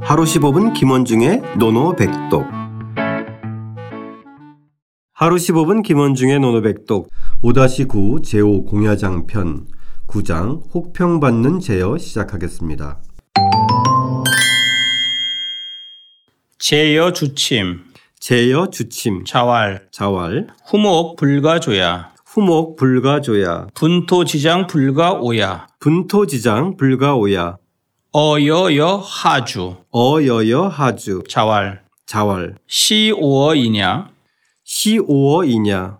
하루 15분 김원중의 노노백독 하루 15분 김원중의 노노백독 5-9 제5 공야장 편 9장 혹평받는 제여 시작하겠습니다. 제여 주침, 제여 주침 자활, 자왈 후목 불가조야, 후목 불가조야 분토지장 불가오야, 분토지장 불가오야 어여여 하주, 어여여 하주 자활, 자왈 시오어이냐, 시오어이냐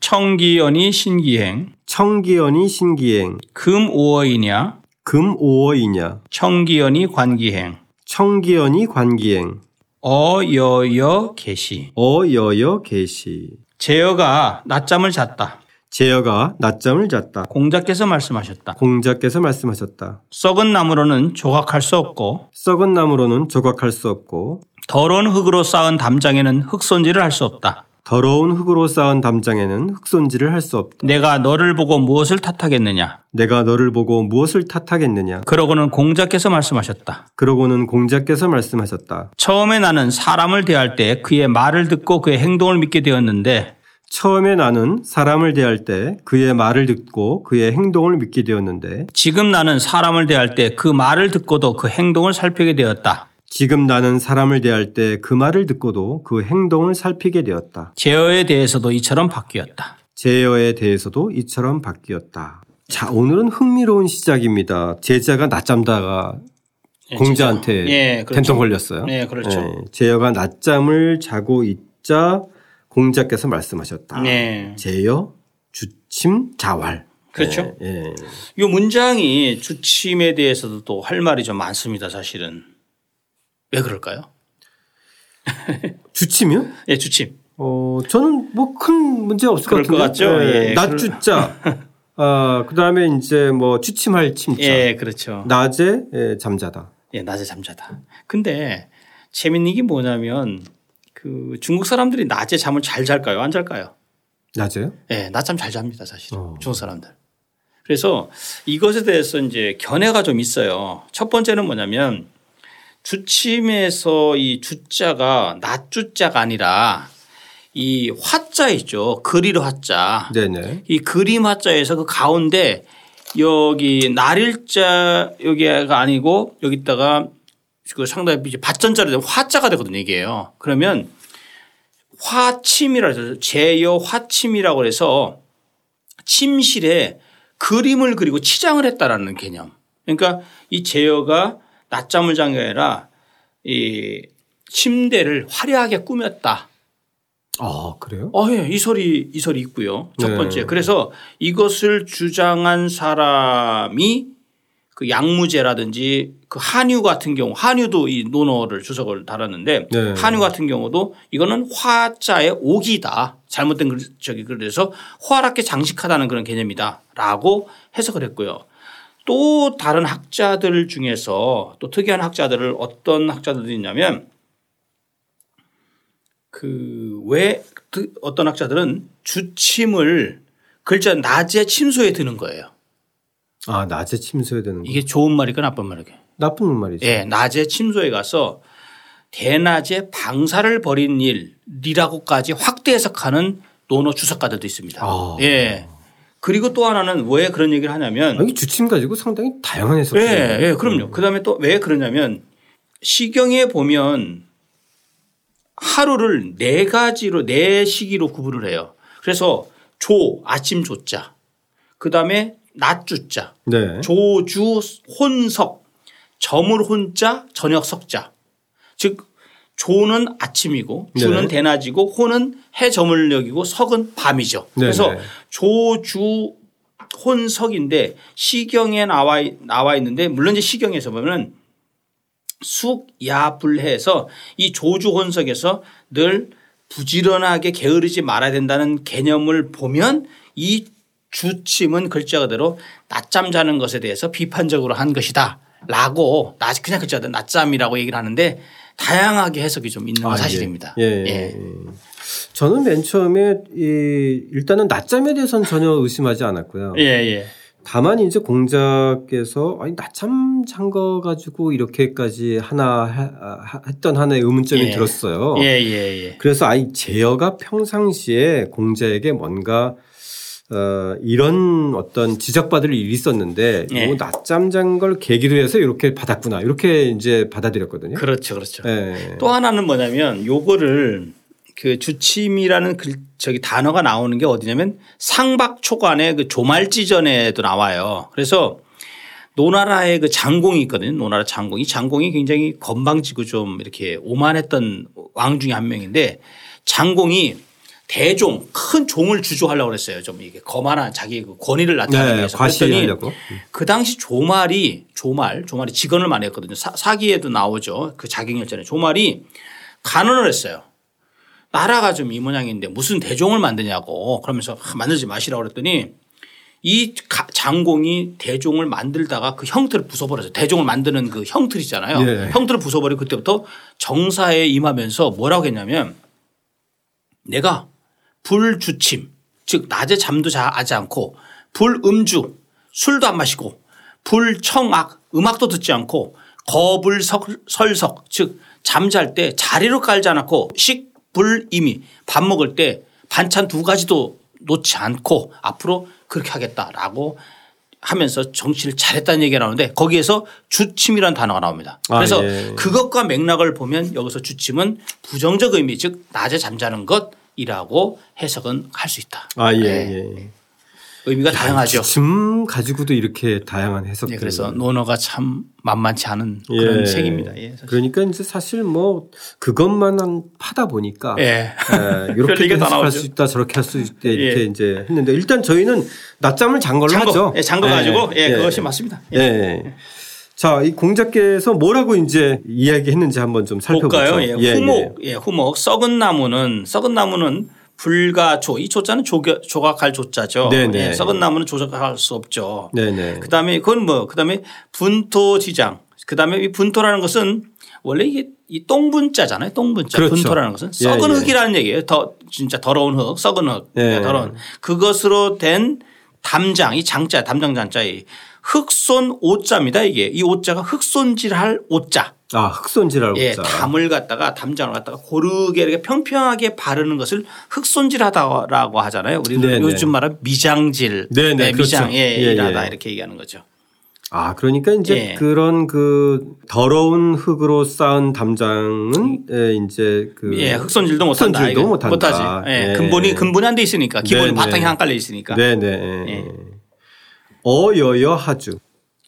청기연이 신기행, 청기연이 신기행 금오어이냐, 금오어이냐 청기연이 관기행, 청기연이 관기행 어여여 계시. 어여여 계시 제여가 낮잠을 잤다. 제여가 낮잠을 잤다 공자께서 말씀하셨다. 공자께서 말씀하셨다 썩은 나무로는 조각할 수 없고 썩은 나무로는 조각할 수 없고 더러운 흙으로 쌓은 담장에는 흙손질을 할 수 없다. 더러운 흙으로 쌓은 담장에는 흙손질을 할 수 없다 내가 너를 보고 무엇을 탓하겠느냐? 내가 너를 보고 무엇을 탓하겠느냐 그러고는 공자께서 말씀하셨다. 그러고는 공자께서 말씀하셨다 처음에 나는 사람을 대할 때 그의 말을 듣고 그의 행동을 믿게 되었는데 처음에 나는 사람을 대할 때 그의 말을 듣고 그의 행동을 믿게 되었는데 지금 나는 사람을 대할 때 그 말을 듣고도 그 행동을 살피게 되었다. 지금 나는 사람을 대할 때 그 말을 듣고도 그 행동을 살피게 되었다. 제어에 대해서도 이처럼 바뀌었다. 제어에 대해서도 이처럼 바뀌었다. 자, 오늘은 흥미로운 시작입니다. 제자가 낮잠다가 공자한테 예, 그렇죠. 된통 걸렸어요. 네, 그렇죠. 예, 제어가 낮잠을 자고 있자 공자께서 말씀하셨다. 네. 제어, 주침, 자활. 그렇죠. 예. 이 문장이 주침에 대해서도 또 할 말이 좀 많습니다, 사실은. 왜 그럴까요? 주침이요? 예, 주침. 어, 저는 뭐 큰 문제 없을 것 그럴 것 같은데. 같죠? 예. 낮주자. 아, 그다음에 이제 뭐 취침할 침자. 예, 그렇죠. 낮에 예, 잠자다. 예, 낮에 잠자다. 근데 재밌는 게 뭐냐면 그 중국 사람들이 낮에 잠을 잘 잘까요? 안 잘까요? 낮에요? 예, 낮잠 잘 잡니다, 사실. 어. 은 중국 사람들. 그래서 이것에 대해서 이제 견해가 좀 있어요. 첫 번째는 뭐냐면 주침에서 이 주자가 낮주자가 아니라 이 화자 있죠. 그리로 화자. 네, 네. 이 그림 화자에서 그 가운데 여기 날일자 여기가 아니고 여기다가 그 상당히 이제 밭전자로 된 화자가 되거든요 이게요. 그러면 화침이라 해서 제여 화침이라고 해서 침실에 그림을 그리고 치장을 했다라는 개념. 그러니까 이 제여가 낮잠을 잔 게 아니라 이 침대를 화려하게 꾸몄다. 아, 그래요? 어, 예, 이 소리, 이 소리 있고요. 첫 네. 번째. 그래서 이것을 주장한 사람이 그 양무제라든지 그 한유 같은 경우, 한유도 이 논어를 주석을 달았는데 네. 한유 같은 경우도 이거는 화자의 옥이다. 잘못된 글, 저기 그래서 호화롭게 장식하다는 그런 개념이다. 라고 해석을 했고요. 또 다른 학자들 중에서 또 특이한 학자들을 어떤 학자들이 있냐면 그 왜 어떤 학자들은 주침을 글자 낮에 침소에 드는 거예요. 아, 낮에 침수해야 되는 거. 이게 좋은 말이건 나쁜 말이건. 나쁜 말이죠. 예, 낮에 침소에 가서 대낮에 방사를 벌인 일이라고까지 확대 해석하는 논어 주석가들도 있습니다. 아. 예. 그리고 또 하나는 왜 그런 얘기를 하냐면 아, 이게 주침 가지고 상당히 다양한 해석이 예, 예, 그럼요. 그 다음에 또 왜 그러냐면 시경에 보면 하루를 네 가지로 네 시기로 구분을 해요. 그래서 조 아침 조자, 그 다음에 낮 주자, 네. 조주 혼석, 점을 혼자 저녁 석자. 즉 조는 아침이고 주는 네. 대낮이고 혼은 해 저물녘이고 석은 밤이죠. 네, 그래서 네. 조주 혼석인데 시경에 나와 있- 나와 있는데 물론 이제 시경에서 보면은 숙야불해에서 이 조주 혼석에서 늘 부지런하게 게으르지 말아야 된다는 개념을 보면 이 주침은 글자 그대로 낮잠 자는 것에 대해서 비판적으로 한 것이다. 라고 낮 그냥 글자 그대로 낮잠이라고 얘기를 하는데 다양하게 해석이 좀 있는 건 아, 예. 사실입니다. 예. 예. 예. 저는 맨 처음에 이 일단은 낮잠에 대해서는 전혀 의심하지 않았고요. 예, 예. 다만 이제 공작에서 아니 나참 잠가 가지고 이렇게까지 하나 하- 하- 했던 하나의 의문점이 예. 들었어요. 예, 예, 예. 그래서 아니 제어가 평상시에 공자에게 뭔가 어, 이런 어떤 지적받을 일이 있었는데 예. 요 낮잠 잔 걸 계기로 해서 이렇게 받았구나 이렇게 이제 받아들였거든요. 그렇죠. 그렇죠. 예. 또 하나는 뭐냐면 요거를 그 주침이라는 글 저기 단어가 나오는 게 어디냐면 상박초간의 그 조말지전에도 나와요. 그래서 노나라의 그 장공이 있거든요. 노나라 장공이 장공이 굉장히 건방지고 좀 이렇게 오만했던 왕 중에 한 명인데 장공이 대종 큰 종을 주조하려고 그랬어요. 좀 이게 거만한 자기 그 권위를 나타내기 네, 위해서 그랬더니 과시하려고. 그 당시 조말이 조말 조말이 직언을 많이 했거든요. 사, 사기에도 나오죠. 그 자경열전에 조말이 간언을 했어요. 나라가 좀 이 모양인데 무슨 대종을 만드냐고 그러면서 아, 만들지 마시라고 그랬더니 이 가- 장공이 대종을 만들다가 그 형틀을 부숴버려서 대종을 만드는 그 형틀이잖아요. 예. 형틀을 부숴버리고 그때부터 정사에 임하면서 뭐라고 했냐면 내가 불주침 즉 낮에 잠도 자지 않고 불음주 술도 안 마시고 불청악 음악도 듣지 않고 거불설석 즉 잠잘 때 자리로 깔지 않았고 식불임이 밥 먹을 때 반찬 두 가지도 놓지 않고 앞으로 그렇게 하겠다라고 하면서 정치를 잘했다는 얘기가 나오는데 거기에서 주침이라는 단어가 나옵니다. 아, 그래서 예. 그것과 맥락을 보면 여기서 주침은 부정적 의미 즉 낮에 잠자는 것이라고 해석은 할 수 있다. 아 예. 네. 예. 의미가 다양하죠. 짐 가지고도 이렇게 다양한 해석들. 예, 그래서 논어가 참 만만치 않은 그런 예. 책입니다. 예, 사실. 그러니까 이제 사실 뭐 그것만 한 파다 보니까 예. 예, 별 이렇게 얘기가 다 해석할 나오죠. 수 있다 저렇게 할 수 있다 이렇게 예. 이제 했는데 일단 저희는 낮잠을 잔 걸로 하죠. 장거, 예, 장거 가지고 예, 예. 그것이 맞습니다. 예. 예. 자, 이 공작께서 뭐라고 이제 이야기했는지 한번 좀 살펴보죠. 볼까요? 예, 후목, 예, 후목. 썩은 나무는 썩은 나무는 불가초. 이 초자는 조겨, 조각할 조자죠. 네네. 예, 썩은 나무는 조각할 수 없죠. 네, 네. 그다음에 그건 뭐 그다음에 분토지장. 그다음에 이 분토라는 것은 원래 이게 이 똥분자잖아요. 똥분자. 그렇죠. 분토라는 것은 예, 썩은 예. 흙이라는 얘기예요. 더 진짜 더러운 흙, 썩은 흙, 그러니까 예. 더러운 그것으로 된 담장, 이 장자, 담장 장자 이 흙손 오자입니다. 이게 이 오자가 흙손질할 오자. 아, 흑손지라고 예, 자 담을 갖다가 담장을 갖다가 고르게 이렇게 평평하게 바르는 것을 흙손질하다라고 하잖아요. 우리 네, 는 네. 요즘 말하면 미장질, 네, 네, 미장, 그렇죠. 예, 예, 예. 이라다 이렇게 얘기하는 거죠. 아, 그러니까 이제 예. 그런 그 더러운 흙으로 쌓은 담장은 예, 이제 그 예, 흑손질도 못한다. 흑손질도 이거 못한다. 못하지. 예, 예. 근본이 근본이 안 돼 있으니까 기본 네, 바탕이 네. 안 깔려 있으니까. 네, 네. 예. 어여여 하주.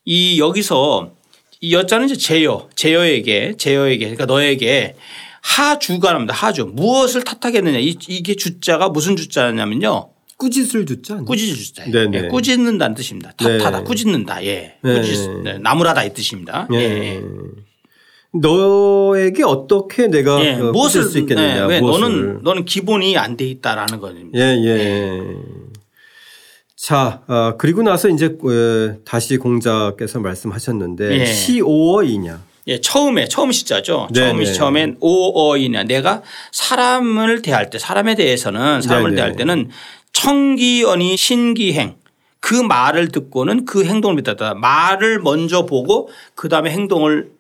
이 여기서 이 여자는 이제 제여, 제여에게, 제여에게, 그러니까 너에게 하주가 나옵니다. 하주 무엇을 탓하겠느냐? 이, 이게 주자가 무슨 주자냐면요, 꾸짖을 주자. 아니에요? 꾸짖을 주자예요. 네, 네. 예, 꾸짖는다는 뜻입니다. 탓하다, 네. 꾸짖는다. 예, 네. 꾸짖, 네, 나무라다 이 뜻입니다. 예. 예, 예. 너에게 어떻게 내가 예, 어, 꾸짖을 수 있겠느냐? 네, 왜 무엇을. 너는 너는 기본이 안 돼 있다라는 겁니다. 예, 예. 자, 아, 그리고 나서 이제 어, 다시 공자께서 말씀하셨는데 예. 시오어이냐. 예, 처음에 처음 시자죠. 네, 처음이 네. 처음엔 오어이냐 내가 사람을 대할 때 사람에 대해서는 사람을 네, 네. 대할 때는 청기언이 신기행 그 말을 듣고는 그 행동을 믿었다. 말을 먼저 보고 그 다음에 행동을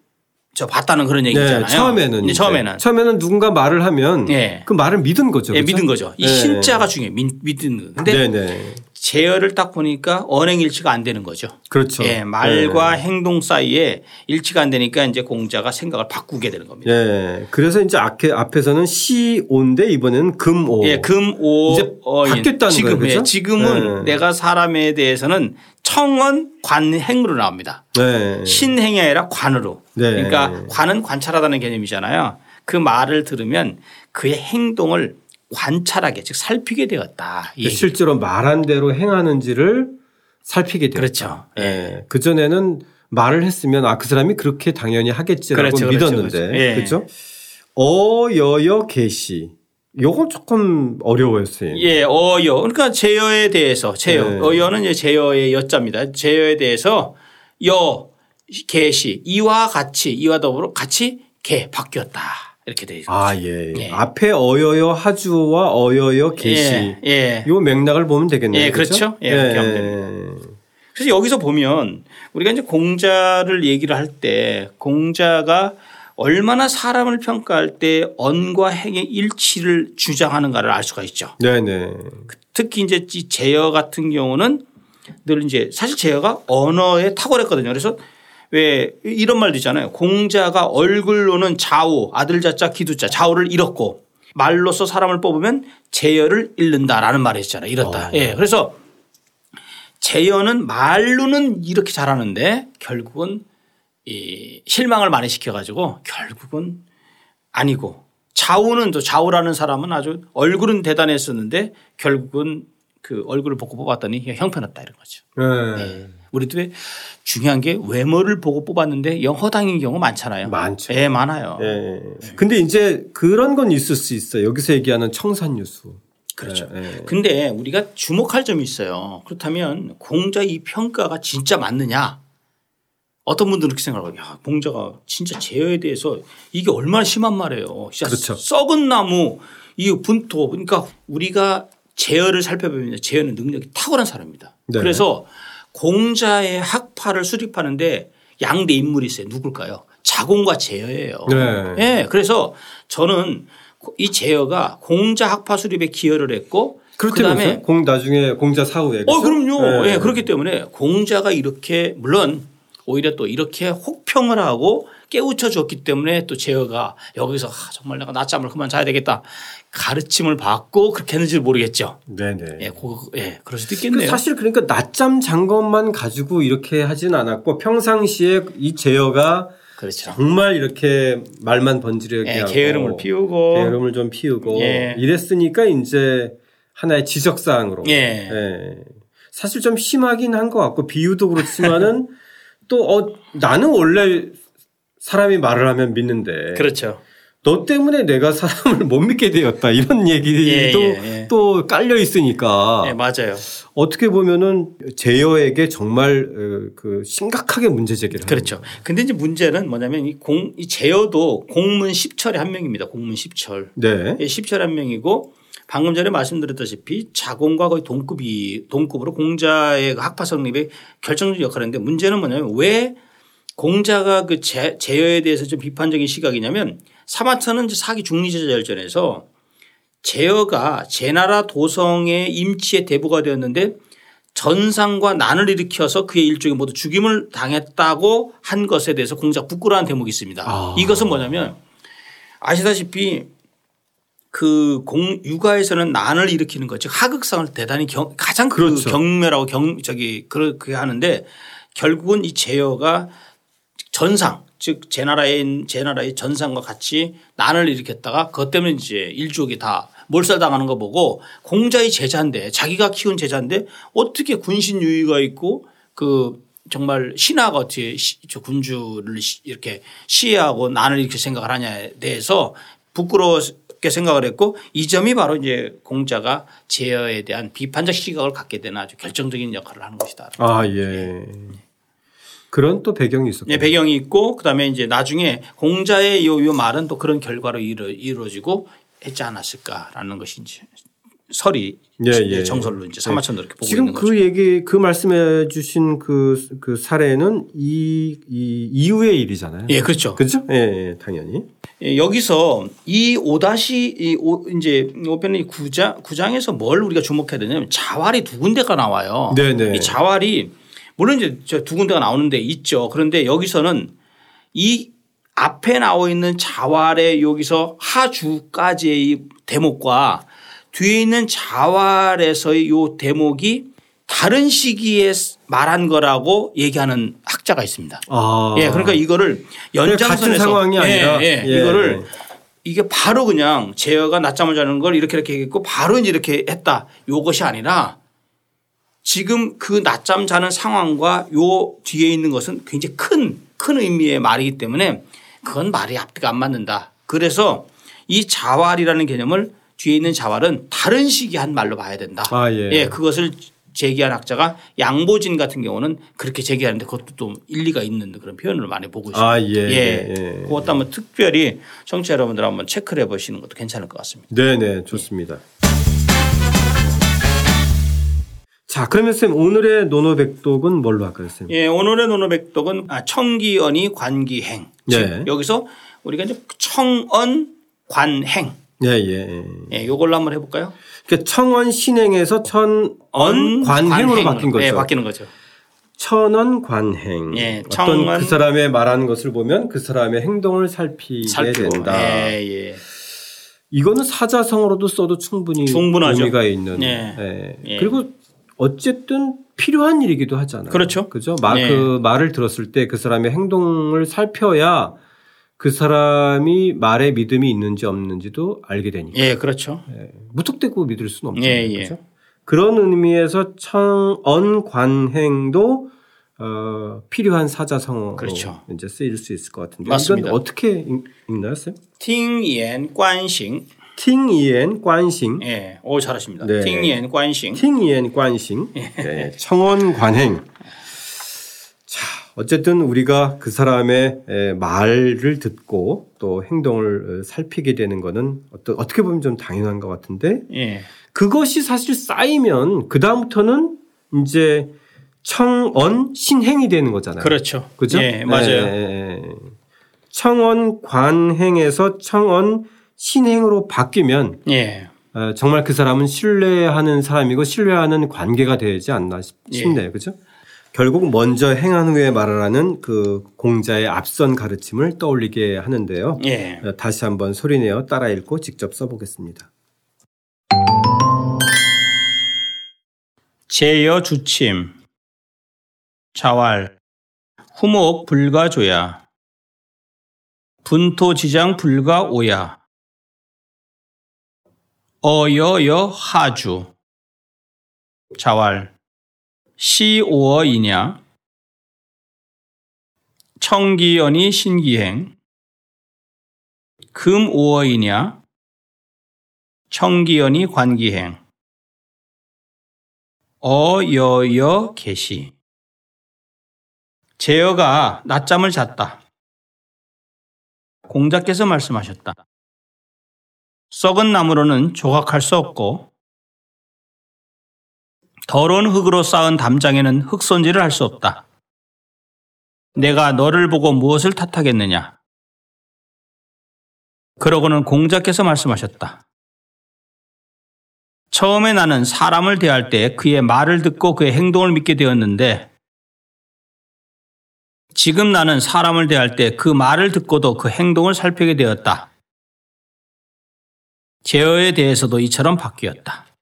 저 봤다는 그런 얘기잖아요. 처음에는 네, 이제. 처음에는 처음에는 누군가 말을 하면 예. 그 말을 믿은 거죠. 예, 그렇죠? 믿은 거죠. 이 예. 신자가 중요해. 요 믿는. 네, 근데 네. 제어를 딱 보니까 언행일치가 안 되는 거죠. 그렇죠. 예, 말과 행동 사이에 일치가 안 되니까 이제 공자가 생각을 바꾸게 되는 겁니다. 예. 그래서 이제 앞에, 앞에서는 시오인데 이번에는 금오. 예, 금오 어, 이제 바뀌었다는 지금, 거예요, 그죠? 예, 지금은 예. 내가 사람에 대해서는 청원 관행으로 나옵니다. 네. 신행이 아니라 관으로. 네. 그러니까 관은 관찰하다는 개념이잖아요. 그 말을 들으면 그의 행동을 관찰하게 즉 살피게 되었다. 이 얘기. 실제로 말한 대로 행하는지를 살피게 되죠. 그렇죠. 예. 그 전에는 말을 했으면 아 그 사람이 그렇게 당연히 하겠지라고 그렇죠, 그렇죠, 믿었는데 그렇죠. 예. 그렇죠. 어여여 개시. 요건 조금 어려워요, 선생님. 예, 어여. 그러니까 제여에 대해서 제여. 네. 어여는 이제 제여의 여자입니다. 제여에 대해서 여 개시 이와 같이 이와 더불어 같이 개 바뀌었다. 이렇게 되어 있습니다. 아 예. 예. 앞에 어여여 하주와 어여여 아, 개시. 예. 예. 요 맥락을 보면 되겠네요. 예, 그렇죠. 예, 그렇게 하면 그래서 여기서 보면 우리가 이제 공자를 얘기를 할 때 공자가 얼마나 사람을 평가할 때 언과 행의 일치를 주장하는가를 알 수가 있죠. 네네. 특히 이제 이 제어 같은 경우는 늘 이제 사실 제어가 언어에 탁월했거든요. 그래서 왜 이런 말도 있잖아요. 공자가 얼굴로는 좌우 아들 자자 기두자 좌우를 잃었고 말로서 사람을 뽑으면 제어를 잃는다라는 말이 있잖아요. 어. 잃었다. 예. 그래서 제어는 말로는 이렇게 잘하는데 결국은 이 실망을 많이 시켜가지고 결국은 아니고 좌우는 또 좌우라는 사람은 아주 얼굴은 대단했었는데 결국은 그 얼굴을 보고 뽑았더니 야, 형편없다 이런 거죠. 네. 우리도 왜 중요한 게 외모를 보고 뽑았는데 영 허당인 경우 많잖아요. 많죠. 예, 많아요. 예. 근데 이제 그런 건 있을 수 있어요. 여기서 얘기하는 청산 유수. 그렇죠. 예, 예. 근데 우리가 주목할 점이 있어요. 그렇다면 공자 이 평가가 진짜 맞느냐? 어떤 분들은 그렇게 생각하고 야 공자가 진짜 제어에 대해서 이게 얼마나 심한 말이에요. 진짜 그렇죠. 썩은 나무 이 분토 그러니까 우리가 제어를 살펴보면 제어는 능력이 탁월한 사람입니다. 네. 그래서 공자의 학파를 수립하는데 양대 인물이 있어요. 누굴까요? 자공과 제어예요. 네. 예, 그래서 저는 이 제어가 공자 학파 수립에 기여를 했고 그렇다면서 그다음에 공 나중에 공자 사후에. 어 그렇죠? 그럼요. 예. 예, 그렇기 때문에 공자가 이렇게 물론 오히려 또 이렇게 혹평을 하고 깨우쳐 줬기 때문에 또 제어가 여기서 아, 정말 내가 낮잠을 그만 자야 되겠다 가르침을 받고 그렇게 했는지 모르겠죠. 네네. 예, 그, 예, 그럴 수도 그 있겠네요. 사실 그러니까 낮잠 잔 것만 가지고 이렇게 하진 않았고 평상시에 이 제어가 그렇죠. 정말 이렇게 말만 번지르게 예, 하고 게으름을 피우고 게으름을 좀 피우고 예. 이랬으니까 이제 하나의 지적 사항으로 예. 사실 좀 심하긴 한 것 같고 비유도 그렇지만은 또 어, 나는 원래 사람이 말을 하면 믿는데 그렇죠. 너 때문에 내가 사람을 못 믿게 되었다 이런 예, 얘기도 예, 예. 또 깔려 있으니까 예, 맞아요. 어떻게 보면은 제어에게 정말 어, 그 심각하게 문제 제기를 그렇죠. 근데 이제 문제는 뭐냐면 이 공 이 제어도 공문 10철에 한 명입니다. 공문 10철. 하는 거예요. 네. 예, 10철 한 명이고 방금 전에 말씀드렸다시피 자공과 거의 동급이 동급으로 공자의 그 학파 성립에 결정적 역할을 했는데 문제는 뭐냐면 왜 공자가 그 제, 제어에 대해서 좀 비판적인 시각이냐면 사마터는 이제 사기 중리제자열전에서 제어가 제나라 도성의 임치의 대부가 되었는데 전상과 난을 일으켜서 그의 일종의 모두 죽임을 당했다고 한 것에 대해서 공작 부끄러운 대목이 있습니다. 아. 이것은 뭐냐면 아시다시피 그 공, 육아에서는 난을 일으키는 것, 즉 하극상을 대단히 경- 가장 그 그렇죠. 경멸하고 경, 저기, 그렇게 하는데 결국은 이 제어가 전상, 즉 제나라의, 제나라의 전상과 같이 난을 일으켰다가 그것 때문에 이제 일족이 다 몰살당하는 거 보고 공자의 제자인데 자기가 키운 제자인데 어떻게 군신 유의가 있고 그 정말 신하가 어떻게 시- 저 군주를 시- 이렇게 시해하고 난을 이렇게 생각을 하냐에 대해서 부끄러웠게 생각을 했고 이 점이 바로 이제 공자가 제어에 대한 비판적 시각을 갖게 되는 아주 결정적인 역할을 하는 것이다. 아 예. 그런 또 배경이 있었고. 예, 배경이 있고 그다음에 이제 나중에 공자의 요, 요 말은 또 그런 결과로 이루, 이루어지고 했지 않았을까라는 것인지 설이 예, 예. 정설로 이제 사마천으로 이렇게 보고 지금 있는 거죠. 그 얘기 그 말씀해 주신 그, 그 사례는 이, 이 이후의 일이잖아요. 예, 그렇죠. 그죠? 예, 예, 당연히. 예, 여기서 이 오다시 이 오, 이제 오편의 구장 구장에서 뭘 우리가 주목해야 되냐면 자활이 두 군데가 나와요. 네네. 이 자활이 물론 이제 저 두 군데가 나오는데 있죠. 그런데 여기서는 이 앞에 나와 있는 자활의 여기서 하주까지의 이 대목과 뒤에 있는 자활에서의 요 대목이 다른 시기에 말한 거라고 얘기하는 학자가 있습니다. 아. 예, 그러니까 이거를 연장선에서 같은 상황이 예, 아니라. 예, 예. 이거를 이게 바로 그냥 제어가 낮잠을 자는 걸 이렇게 이렇게 했고 바로 이제 이렇게 했다. 요것이 아니라 지금 그 낮잠 자는 상황과 요 뒤에 있는 것은 굉장히 큰, 큰 의미의 말이기 때문에 그건 말이 앞뒤가 안 맞는다. 그래서 이 자활이라는 개념을 뒤에 있는 자활은 다른 시기 한 말로 봐야 된다. 아, 예. 그것을 제기한 학자가 양보진 같은 경우는 그렇게 제기하는데 그것도 좀 일리가 있는 그런 표현을 많이 보고 있습니다. 아, 예, 예. 예, 예. 그것도 한번 특별히 청취자 여러분들 한번 체크를 해 보시는 것도 괜찮을 것 같습니다. 네네 좋습니다. 자, 그러면 쌤 오늘의 노노백독은 뭘로 할까요, 쌤? 예, 오늘의 논어백독은 아, 청기언이 관기행. 즉 네. 여기서 우리가 이제 청언 관행. 예, 예. 예. 예, 요걸로 한번 해볼까요? 그러니까 청원 신행에서 천언 관행으로 바뀐 거죠. 예, 바뀌는 거죠. 천원 관행. 예, 어떤 청원- 그 사람의 말하는 것을 보면 그 사람의 행동을 살피게 살피고. 된다. 예, 예. 이거는 사자성어로도 써도 충분히 충분하죠. 의미가 있는. 예. 예. 예. 그리고 어쨌든 필요한 일이기도 하잖아요. 그렇죠. 그죠? 마, 예. 그 말을 들었을 때 그 사람의 행동을 살펴야 그 사람이 말에 믿음이 있는지 없는지도 알게 되니까 예, 그렇죠. 예. 무턱대고 믿을 수는 없죠. 예, 예. 그죠? 그런 의미에서 청언 관행도 어, 필요한 사자성어로 그렇죠. 이제 쓰일 수 있을 것 같은데 맞습니다. 이건 어떻게 읽- 읽나요, 쌤? 听言观行， 팅이엔 관싱 예 오 잘하십니다. 네. 听言观行， 팅이엔 관싱, 예. 네, 청원 관행. 자, 어쨌든 우리가 그 사람의 에, 말을 듣고 또 행동을 어, 살피게 되는 거는 어떠, 어떻게 보면 좀 당연한 것 같은데 예 그것이 사실 쌓이면 그 다음부터는 이제 청언 신행이 되는 거잖아요. 그렇죠. 네. 그죠? 예 맞아요. 네. 청언 관행에서 청언 신행으로 바뀌면 예 어, 정말 그 사람은 신뢰하는 사람이고 신뢰하는 관계가 되지 않나 싶- 예. 싶네요. 그죠? 결국 먼저 행한 후에 말하라는 그 공자의 앞선 가르침을 떠올리게 하는데요. 예 어, 다시 한번 소리내어 따라 읽고 직접 써보겠습니다. 제여 주침 자활 후목 불가조야 분토 지장 불가오야 어여여 하주 자활 시오어이냐 청기연이 신기행 금오어이냐 청기연이 관기행 어여여 계시. 제어가 낮잠을 잤다. 공자께서 말씀하셨다. 썩은 나무로는 조각할 수 없고 더러운 흙으로 쌓은 담장에는 흙 손질을 할 수 없다. 내가 너를 보고 무엇을 탓하겠느냐? 그러고는 공자께서 말씀하셨다. 처음에 나는 사람을 대할 때 그의 말을 듣고 그의 행동을 믿게 되었는데 지금 나는 사람을 대할 때 그 말을 듣고도 그 행동을 살피게 되었다. 제어에 대해서도 이처럼 바뀌었다.